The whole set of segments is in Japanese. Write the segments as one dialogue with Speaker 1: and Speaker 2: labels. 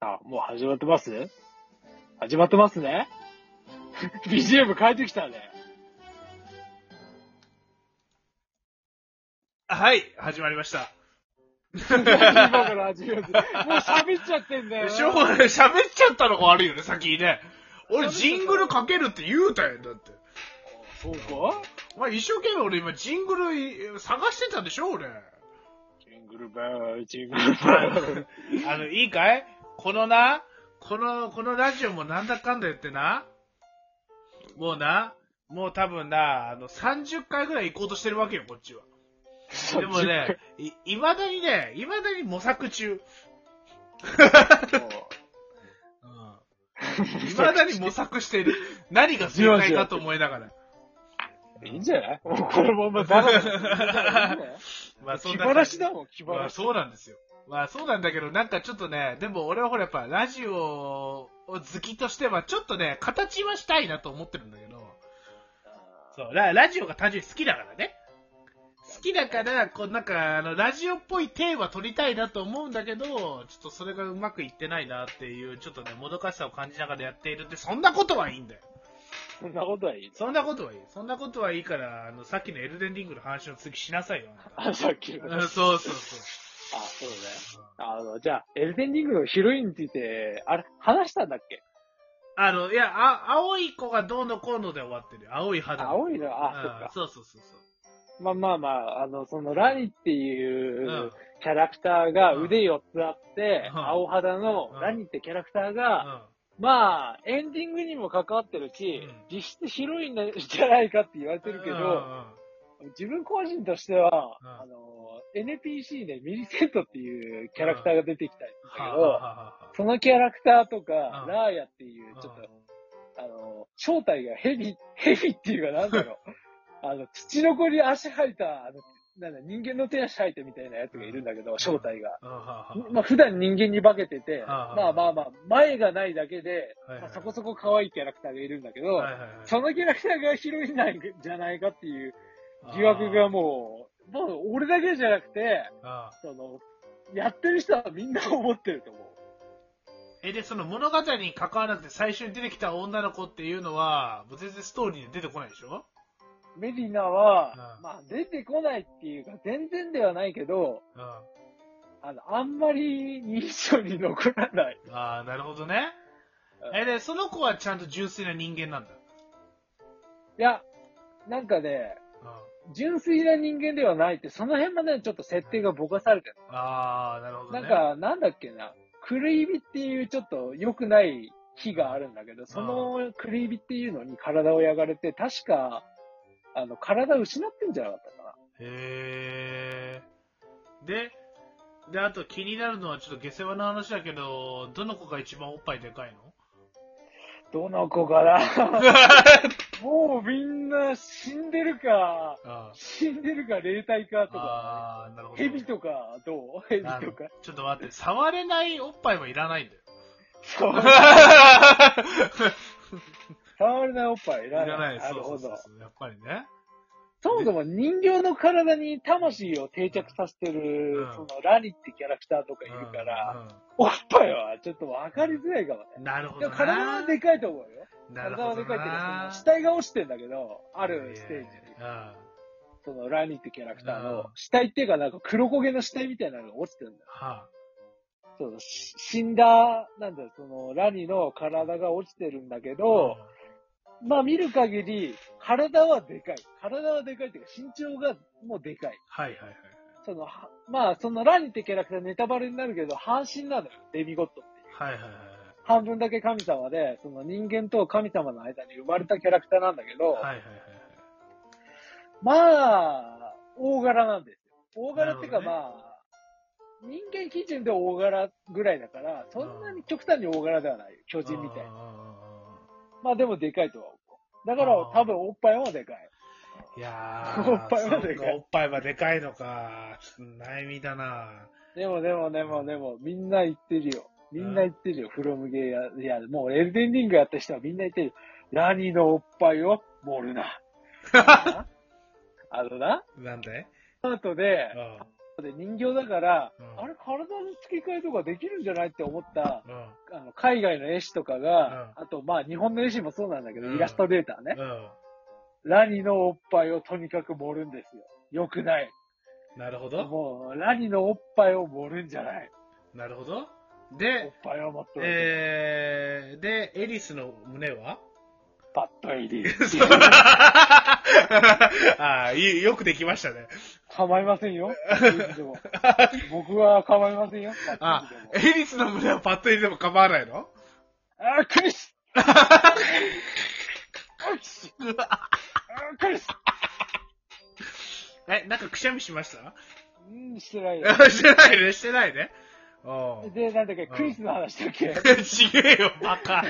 Speaker 1: あ、もう始まってます始まってますね ?BGM 変えてきたね。
Speaker 2: はい、始まりました。
Speaker 1: 今 から始めます。もう喋っちゃってんだよな。
Speaker 2: しょうがない、喋っちゃったのが悪いよね、先にね。俺、ジングルかけるって言うたやん、だって。
Speaker 1: そうか
Speaker 2: お前、一生懸命俺今、ジングルい探してたでしょ、俺。
Speaker 1: ジングルベル、ジングルベル。
Speaker 2: あの、いいかいこのな、この、このラジオもなんだかんだ言ってな、もうな、もう多分な、あの、30回ぐらい行こうとしてるわけよ、こっちは。でもね、い、未だにね、未だに模索中。
Speaker 1: 10回。
Speaker 2: 未だに模索して る。何が正解かと思いながら。
Speaker 1: いいんじゃ ないもうこのままバラだ。
Speaker 2: まあ、そ
Speaker 1: 気
Speaker 2: んな
Speaker 1: 晴らしだもん、気晴
Speaker 2: ま
Speaker 1: ら
Speaker 2: あ、
Speaker 1: し。
Speaker 2: そうなんですよ。まあ、そうなんだけど、なんかちょっとね、でも俺はほらやっぱ、ラジオを好きとしては、ちょっとね、形はしたいなと思ってるんだけど、そう、ララジオが単純に好きだからね。好きだから、こうなんか、あの、ラジオっぽいテーマ取りたいなと思うんだけど、ちょっとそれがうまくいってないなっていう、ちょっとね、もどかしさを感じながらやっているって、そんなことはいいんだよ。
Speaker 1: そんなことはいい。
Speaker 2: そんなことはいい。そんなことはいいから、あの、さっきのエルデンリングの話の次しな さいよ。あん
Speaker 1: あ、さっきの。
Speaker 2: たう
Speaker 1: あ、
Speaker 2: んそうそうそう。
Speaker 1: そうね。あの、じゃあ、エルデンリングのヒロインについて、あれ、話したんだっけ
Speaker 2: あの、いや、あ、青い子がどうのこうので終わってるよ。青い肌の。
Speaker 1: 青いの、あ、そっ
Speaker 2: う
Speaker 1: か
Speaker 2: ん。そうそうそうそ。
Speaker 1: まあまあまあ、あの、そのラニっていう
Speaker 2: う。
Speaker 1: うんキャラクターが
Speaker 2: うん
Speaker 1: 腕4つあって、
Speaker 2: うん
Speaker 1: 青肌の
Speaker 2: うん
Speaker 1: ラニってキャラクターが、まあ、エンディングにも関わってるし
Speaker 2: うん、
Speaker 1: 実質ヒロインなんじゃないかって言われてるけ
Speaker 2: うんうん
Speaker 1: ど、自分個人としては、
Speaker 2: うん
Speaker 1: あの、NPC でミリセントっていうキャラクターが出てきたり
Speaker 2: は
Speaker 1: するんだけ
Speaker 2: あは
Speaker 1: ど
Speaker 2: あ、はあは
Speaker 1: そのキャラクターとか、
Speaker 2: うん
Speaker 1: ラーヤっていう、
Speaker 2: あ
Speaker 1: ちょっと、あの、正体がヘビ、 ヘビっていうかなんだろ う。あの、土の子に足生えた、あの、なんだ、人間の手足生えてみたいなやつがいるんだけど、正体が。
Speaker 2: うんはあはあ
Speaker 1: まあ普段人間に化けてて、
Speaker 2: ああ
Speaker 1: まあまあまあ、前がないだけで、
Speaker 2: はいはい
Speaker 1: まあそこそこ可愛いキャラクターがいるんだけど、
Speaker 2: はいはいはい
Speaker 1: そのキャラクターがヒロインなんじゃないかっていう疑惑がもう、もう俺だけじゃなくて、
Speaker 2: ああ
Speaker 1: その、やってる人はみんな思ってると思う。
Speaker 2: え、で、その物語に関わらず最初に出てきた女の子っていうのは、もう全然ストーリーに出てこないでしょ
Speaker 1: メリナは、
Speaker 2: うん
Speaker 1: まあ出てこないっていうか、全然ではないけど、
Speaker 2: うん。あ
Speaker 1: あの、あんまり印象に残らない。
Speaker 2: あ、なるほどね。え、で、その子はちゃんと純粋な人間なんだ。
Speaker 1: いや、なんかね、
Speaker 2: うん。
Speaker 1: 純粋な人間ではないって、その辺までちょっと設定がぼかされてる。
Speaker 2: ああ、なるほど
Speaker 1: な
Speaker 2: ね。
Speaker 1: ん、か、なんだっけな、クルイビっていうちょっと良くない火があるんだけど、そのクルイビっていうのに体をやがれて、確か、あの、体を失ってんじゃなかったかな。
Speaker 2: へえ。で、で、あと気になるのはちょっと下世話な話だけど、どの子が一番おっぱいでかいの
Speaker 1: どの子かなもうみんな死んでるか、
Speaker 2: あ
Speaker 1: 死んでるか霊体かとか、
Speaker 2: あー、なるほど。
Speaker 1: 蛇とかどう蛇
Speaker 2: な
Speaker 1: と
Speaker 2: る
Speaker 1: か。
Speaker 2: ちょっと待って、触れないおっぱいはいらな いんだよ。
Speaker 1: そう。触れないおっぱいい
Speaker 2: いら
Speaker 1: ら
Speaker 2: な、
Speaker 1: ないい。
Speaker 2: そ
Speaker 1: な
Speaker 2: う
Speaker 1: る
Speaker 2: そ
Speaker 1: ほ
Speaker 2: うそう
Speaker 1: ど。
Speaker 2: そう。やっぱりね。
Speaker 1: そもそも人形の体に魂を定着させてる、
Speaker 2: うん
Speaker 1: そのラニってキャラクターとかいるから、
Speaker 2: うん
Speaker 1: おっぱいはちょっと分かりづらいかもね。
Speaker 2: うんなるほ
Speaker 1: で
Speaker 2: ど
Speaker 1: も
Speaker 2: な。
Speaker 1: 体はでかいと思うよ。
Speaker 2: なる
Speaker 1: 体
Speaker 2: ほ
Speaker 1: は
Speaker 2: ど
Speaker 1: でかいっていう
Speaker 2: な
Speaker 1: か、その死体が落ちてんだけど、あるステージに、
Speaker 2: いやいやう
Speaker 1: そ
Speaker 2: ん。
Speaker 1: のラニってキャラクター
Speaker 2: うん
Speaker 1: の死体っていうかなんか黒焦げの死体みたいなのが落ちてるんだよ
Speaker 2: は
Speaker 1: そうし死んだ、なんだ、その、ラニの体が落ちてるんだけ
Speaker 2: あ。
Speaker 1: ど、まあ見る限り、体はでかい。体はでかいっていうか、身長がもうでかい。
Speaker 2: はいはいはい。
Speaker 1: その、はまあ、そのラニってキャラクターネタバレになるけど、半身なのよ。デミゴットっていう。
Speaker 2: はいはいはい
Speaker 1: 半分だけ神様で、その人間と神様の間に生まれたキャラクターなんだけど、
Speaker 2: はい。はいはいはいはい。
Speaker 1: まあ、大柄なんですよ。大柄っていうか
Speaker 2: なる
Speaker 1: まあ、人間基準で大柄ぐらいだから、そんなに極端に大柄ではない。巨人みたいな
Speaker 2: うん。うんうんうん
Speaker 1: まあでもでかいとは思う。だから
Speaker 2: あー
Speaker 1: 多分おっぱいもでかい。
Speaker 2: いや
Speaker 1: おっぱいはでかい
Speaker 2: そうおっぱいはでかいのか。ちょっと悩みだな。
Speaker 1: でもでもでもでも、みんな言ってるよ。みんな言ってるよ。フロムゲーや、いや、もうエルデンリングやった人はみんな言ってるよ。ラニのおっぱいを 盛るな。あのな、
Speaker 2: なんで
Speaker 1: スタートで
Speaker 2: う、ん。
Speaker 1: で人形だから、
Speaker 2: うん
Speaker 1: あれ体の付け替えとかできるんじゃないって思った、
Speaker 2: うん。うん。
Speaker 1: あの、海外の絵師とかが、あと、まあ、日本の絵師もそうなんだけど、
Speaker 2: うん
Speaker 1: イラストレーターね。ラニのおっぱいをとにかく盛るんですよ。よくない。
Speaker 2: なるほど。
Speaker 1: もう、ラニのおっぱいを盛るんじゃない。
Speaker 2: なるほど。
Speaker 1: おっ
Speaker 2: で、
Speaker 1: ぱいを持っておいて、
Speaker 2: えー、で、エリスの胸 は
Speaker 1: パッと入り。
Speaker 2: ああ、いいよくできましたね。
Speaker 1: 構いません よ。でも僕は構いませんよ。
Speaker 2: あ
Speaker 1: パッと入りでも
Speaker 2: エリスの胸はパッと入れても構わないの
Speaker 1: あー、クリ スあークリス
Speaker 2: うわ
Speaker 1: あークリス
Speaker 2: え、なんかくしゃみしました
Speaker 1: うん、してないよ。
Speaker 2: してないね、してないね。おう
Speaker 1: で、なんだっけ、
Speaker 2: うん
Speaker 1: クリスの話だっけ
Speaker 2: ちげえよ、バ カ。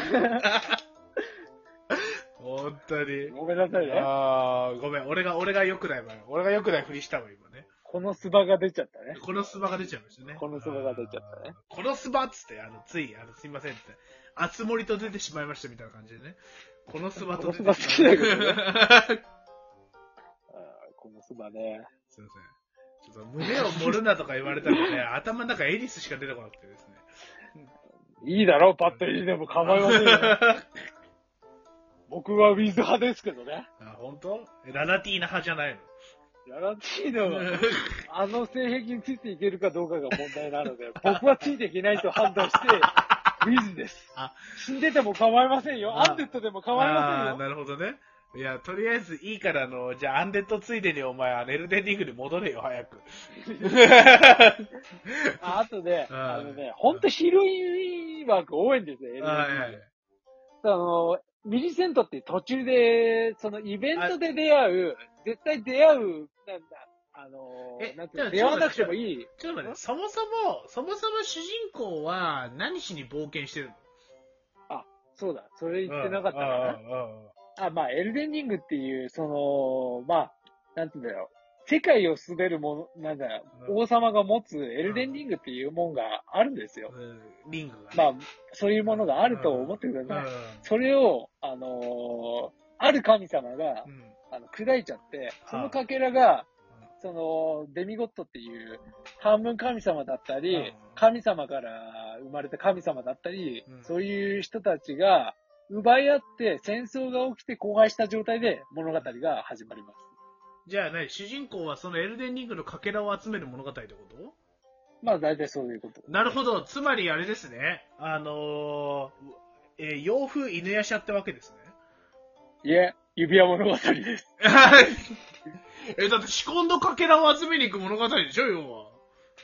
Speaker 2: 本当に。
Speaker 1: ごめんなさいね。
Speaker 2: あーごめん、俺が、俺が良くないわよ。俺が良くないふりしたわ、今ね。
Speaker 1: このスバが出ちゃったね。
Speaker 2: このスバが出ちゃいましたね。
Speaker 1: このスバが出ちゃったね
Speaker 2: あー。このスバっつって、あの、つい、あの、すいませんって。あつ森と出てしまいましたみたいな感じでね。このスバと出てしまいまし
Speaker 1: このス
Speaker 2: た。
Speaker 1: バ好き
Speaker 2: だけどね。
Speaker 1: あーこのスバね。
Speaker 2: すいません。ちょっと胸を盛るなとか言われた らね、頭の中エリスしか出てこなくてですね。
Speaker 1: いいだろ、パッと入りでも構いません よ。僕はウィズ派ですけどね。
Speaker 2: あ、本当？ラナティーナ派じゃないの。
Speaker 1: ララティーノは、あの性癖についていけるかどうかが問題なので、 僕はついていけないと判断して、 ウィズです
Speaker 2: あ。
Speaker 1: 死んでても構いませんよ。
Speaker 2: あ
Speaker 1: アンデッドでも構い
Speaker 2: あ
Speaker 1: ま
Speaker 2: ー
Speaker 1: せんよ。
Speaker 2: なるほどね。いや、とりあえずいいから、あの、じゃあ、アンデッドついでにお前、あのエルデンリングに戻れよ、早く。
Speaker 1: ああとね、
Speaker 2: あ
Speaker 1: あのね、ほんとヒロイン枠多いんですよ、LG
Speaker 2: はい。
Speaker 1: あの、ミリセントって途中で、そのイベントで出会う、絶対出会う、なんだ、あの
Speaker 2: え、
Speaker 1: なんていうの
Speaker 2: で
Speaker 1: 出
Speaker 2: も
Speaker 1: 会わなくてもいい。
Speaker 2: ちょっと待って、そもそも、そもそも主人公は何しに冒険してるの
Speaker 1: そうだ、それ言ってなかったかな。
Speaker 2: うんうんうんうん
Speaker 1: あ、まあ、エルデンリングっていう、その、まあ、なんていうんだろう。世界を滑るもの、なんだろう
Speaker 2: うん
Speaker 1: 王様が持つエルデンリングっていうもんがあるんですよ。
Speaker 2: うんリングがね。
Speaker 1: まあ、そういうものがあると思ってください。それを、あのーある神様が
Speaker 2: う、んうん
Speaker 1: あの、砕いちゃって、そのかけらが、その、デミゴットっていう、半分神様だった
Speaker 2: う
Speaker 1: り
Speaker 2: ん、
Speaker 1: 神様から生まれた神様だったり
Speaker 2: う、ん
Speaker 1: そういう人たちが奪い合って戦争が起きて荒廃した状態で物語が始まります。
Speaker 2: じゃあ何主人公はそのエルデンリングのかけらを集める物語ってこと
Speaker 1: まあ大体そういうこと。
Speaker 2: なるほど。つまりあれですね。あのー、えー洋風犬夜叉ってわけですね。
Speaker 1: いえ、指輪物語です。
Speaker 2: え、だって仕込んだかけらを集めに行く物語でしょ、要は。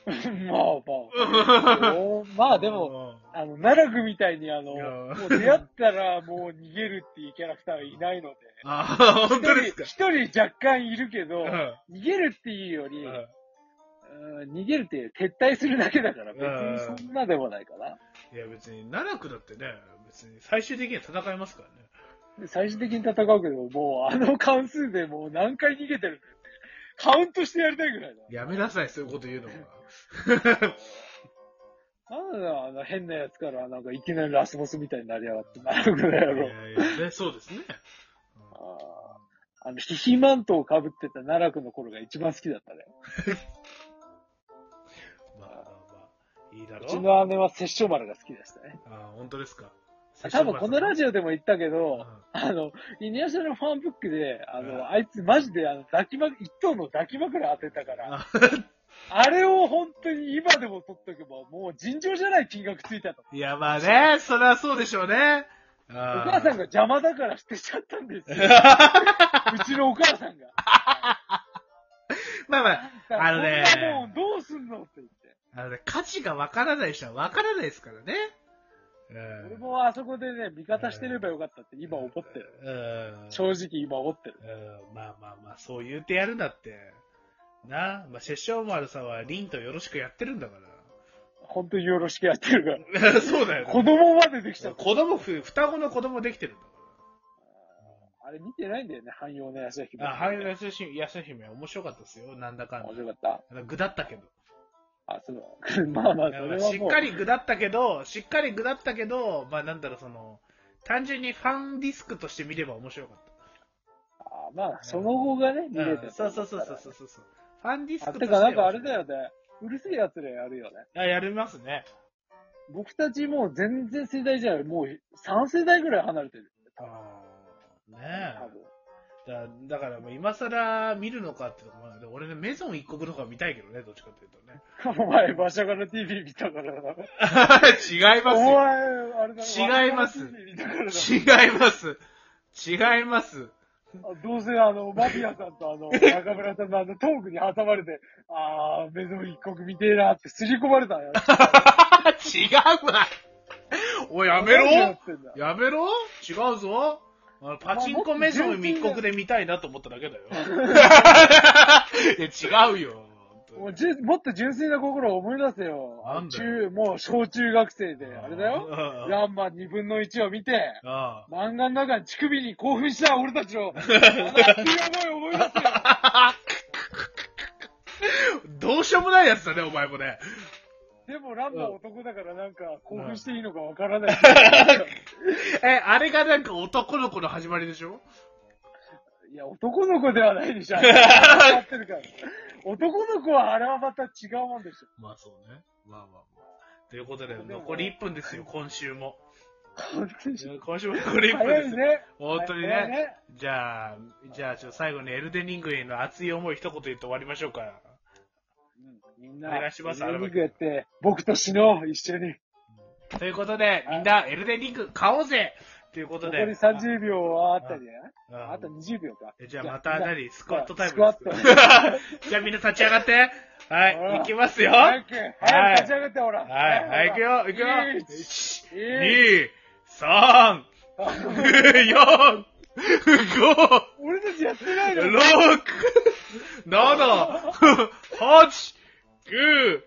Speaker 1: まあまあ。 お まあでも、あの、奈良具みたいにあの、
Speaker 2: いやー
Speaker 1: もう出会ったらもう逃げるっていうキャラクターはいないので。
Speaker 2: うん。ああ、 本当ですか。
Speaker 1: 一人一人若干いるけ
Speaker 2: う
Speaker 1: ど、
Speaker 2: ん
Speaker 1: 逃げるっていうより、
Speaker 2: うん
Speaker 1: うん逃げるっていう撤退するだけだから、
Speaker 2: うん
Speaker 1: 別にそんなでもないかな。
Speaker 2: いや、別に、奈良区だってね、別に最終的には戦えますからね。
Speaker 1: で最終的に戦うけど、もうあの関数でもう何回逃げてるんだって、カウントしてやりたいぐらいだ。
Speaker 2: やめなさい、そういうこと言うのも。
Speaker 1: なんだよあの変なやつから、なんかいきなりラスボスみたいになりやがって、なるぐらいや
Speaker 2: い
Speaker 1: ろ。
Speaker 2: やいやね そうですね。
Speaker 1: あーあの、ヒヒマントを被ってた奈良君の頃が一番好きだったね。
Speaker 2: まあまあまあ、いいだろ
Speaker 1: うちの姉は殺生丸が好きでしたね。
Speaker 2: ああ、本当ですか。
Speaker 1: 多分このラジオでも言ったけ
Speaker 2: オ
Speaker 1: ど、あの、イニアシャのファンブックで、あの、あいつマジで、あの、抱きま、一頭の抱き枕当てたから、あれを本当に今でも取っとけば、もう尋常じゃない金額ついたと。
Speaker 2: いや、まあね、そりゃそうでしょうね。お
Speaker 1: お母さんが
Speaker 2: が。
Speaker 1: 邪魔だから捨てちゃったんですよ。うちのお母さんが。
Speaker 2: まあまあ、あのね
Speaker 1: こんなもんどうすんのって言って。
Speaker 2: あのね、価値がわからない人はわからないですからね。うん
Speaker 1: 俺もあそこでね、味方してればよかったって今思ってる。
Speaker 2: うん。
Speaker 1: 正直今思ってる。
Speaker 2: うんまあまあまあ、そう言うてやるなって。なあ、まあ、殺生丸さんは凛とよろしくやってるんだか
Speaker 1: 本当によろしくやってるから。
Speaker 2: ら。 そうだよ、
Speaker 1: 子供までできちゃった。
Speaker 2: 子供ふ、双子の子供できてるんだか
Speaker 1: あれ見てないんだよね、汎用の安田
Speaker 2: ら。あ、はい、安姫、安姫は面白かったですよ、なんだかんだ
Speaker 1: 面。白かった。
Speaker 2: あの具だったけど。
Speaker 1: あ、そう。 まあまあ、それは
Speaker 2: し
Speaker 1: も
Speaker 2: っ
Speaker 1: う
Speaker 2: か。り具だったけど、しっかり具だったけど、まあなんだろう、その、単純にファンディスクとして見れば面白かっ
Speaker 1: あまあ、その後がね、見
Speaker 2: た。
Speaker 1: れて、
Speaker 2: うんそうそうそうそうそうそう。ファンディス
Speaker 1: あ
Speaker 2: ク
Speaker 1: てかなんかあれだよね。うるせえ奴らやるよね。
Speaker 2: あ、やりますね。
Speaker 1: 僕たちもう全然世代じゃない。もう3世代ぐらい離れてる。
Speaker 2: あ
Speaker 1: 多
Speaker 2: ーねえ
Speaker 1: 分。
Speaker 2: だだから、もう今更見るのかってとこもあるんで、俺ね、メゾン一国の方が見たいけどね、どっちかっていうとね。
Speaker 1: お前、馬車柄 TV 見たからな。
Speaker 2: 違いま
Speaker 1: お
Speaker 2: す
Speaker 1: 前、
Speaker 2: よ。
Speaker 1: あれだ
Speaker 2: 違います
Speaker 1: 馬車柄 TV 見たからな
Speaker 2: 違います。違います。
Speaker 1: あどうせあの、マフィアさんとあ の、中村さんのあのトークに挟まれて、あー、メゾン一国見てえなってすり込まれたんや。
Speaker 2: 違うわ。おい、やめ
Speaker 1: 何や
Speaker 2: ろ
Speaker 1: ってんだ
Speaker 2: やめろ違うぞ。あパチンコメゾン密告で見たいなと思っただけだよ。 いや違う よ。
Speaker 1: もうじゅもっと純粋な心を思い出せよ。
Speaker 2: なんだ
Speaker 1: 中、もう小中学生で、あれだよ。
Speaker 2: よ
Speaker 1: ヤンマン二分の一を見て、
Speaker 2: あ
Speaker 1: 漫画の中に乳首に興奮した俺たち を、熱い思いを思い出せよ。
Speaker 2: あ。どうしようもないやつだね、お前もね。
Speaker 1: でもランマ
Speaker 2: うん
Speaker 1: 男だからなんか興奮していいのかわから ない。
Speaker 2: え、あれがなんか男の子の始まりでしょ
Speaker 1: いや、男の子ではないでし ょ。あれはやってるから男の子はあれはまた違うもんでしょ。
Speaker 2: まあそうね。まあまあまあ。ということで、
Speaker 1: でも
Speaker 2: 残り1分ですよ、今週も。
Speaker 1: 本当に。
Speaker 2: 今週も残り1分
Speaker 1: 早
Speaker 2: で
Speaker 1: い
Speaker 2: すよ。
Speaker 1: ね。
Speaker 2: 本当にね
Speaker 1: 早いね。
Speaker 2: じゃあ、じゃあ、ちょっと最後にエルデンリングへの熱い思い一言言って終わりましょうか。
Speaker 1: うんみん
Speaker 2: お
Speaker 1: な、
Speaker 2: 願いします
Speaker 1: エルデンリングやって、僕と死のう、一緒に。
Speaker 2: ということで、みんなエルデンリング買おうぜということ
Speaker 1: 残
Speaker 2: で。
Speaker 1: り30秒はあったりね。
Speaker 2: あ
Speaker 1: あと20秒か。
Speaker 2: えじゃあまた
Speaker 1: じゃあ
Speaker 2: 何スクワットタイム
Speaker 1: スクワッ
Speaker 2: で
Speaker 1: ト
Speaker 2: す じゃあみんな立ち上がって。は
Speaker 1: う
Speaker 2: い、
Speaker 1: ん
Speaker 2: 行きますよ。は
Speaker 1: 早
Speaker 2: い、
Speaker 1: く、早く立ち上げて、ほら。
Speaker 2: はい、行くよ、行くよ。
Speaker 1: よ。
Speaker 2: 1、2、3、4、5、
Speaker 1: 俺たちやってないの
Speaker 2: 六、 七、八、九、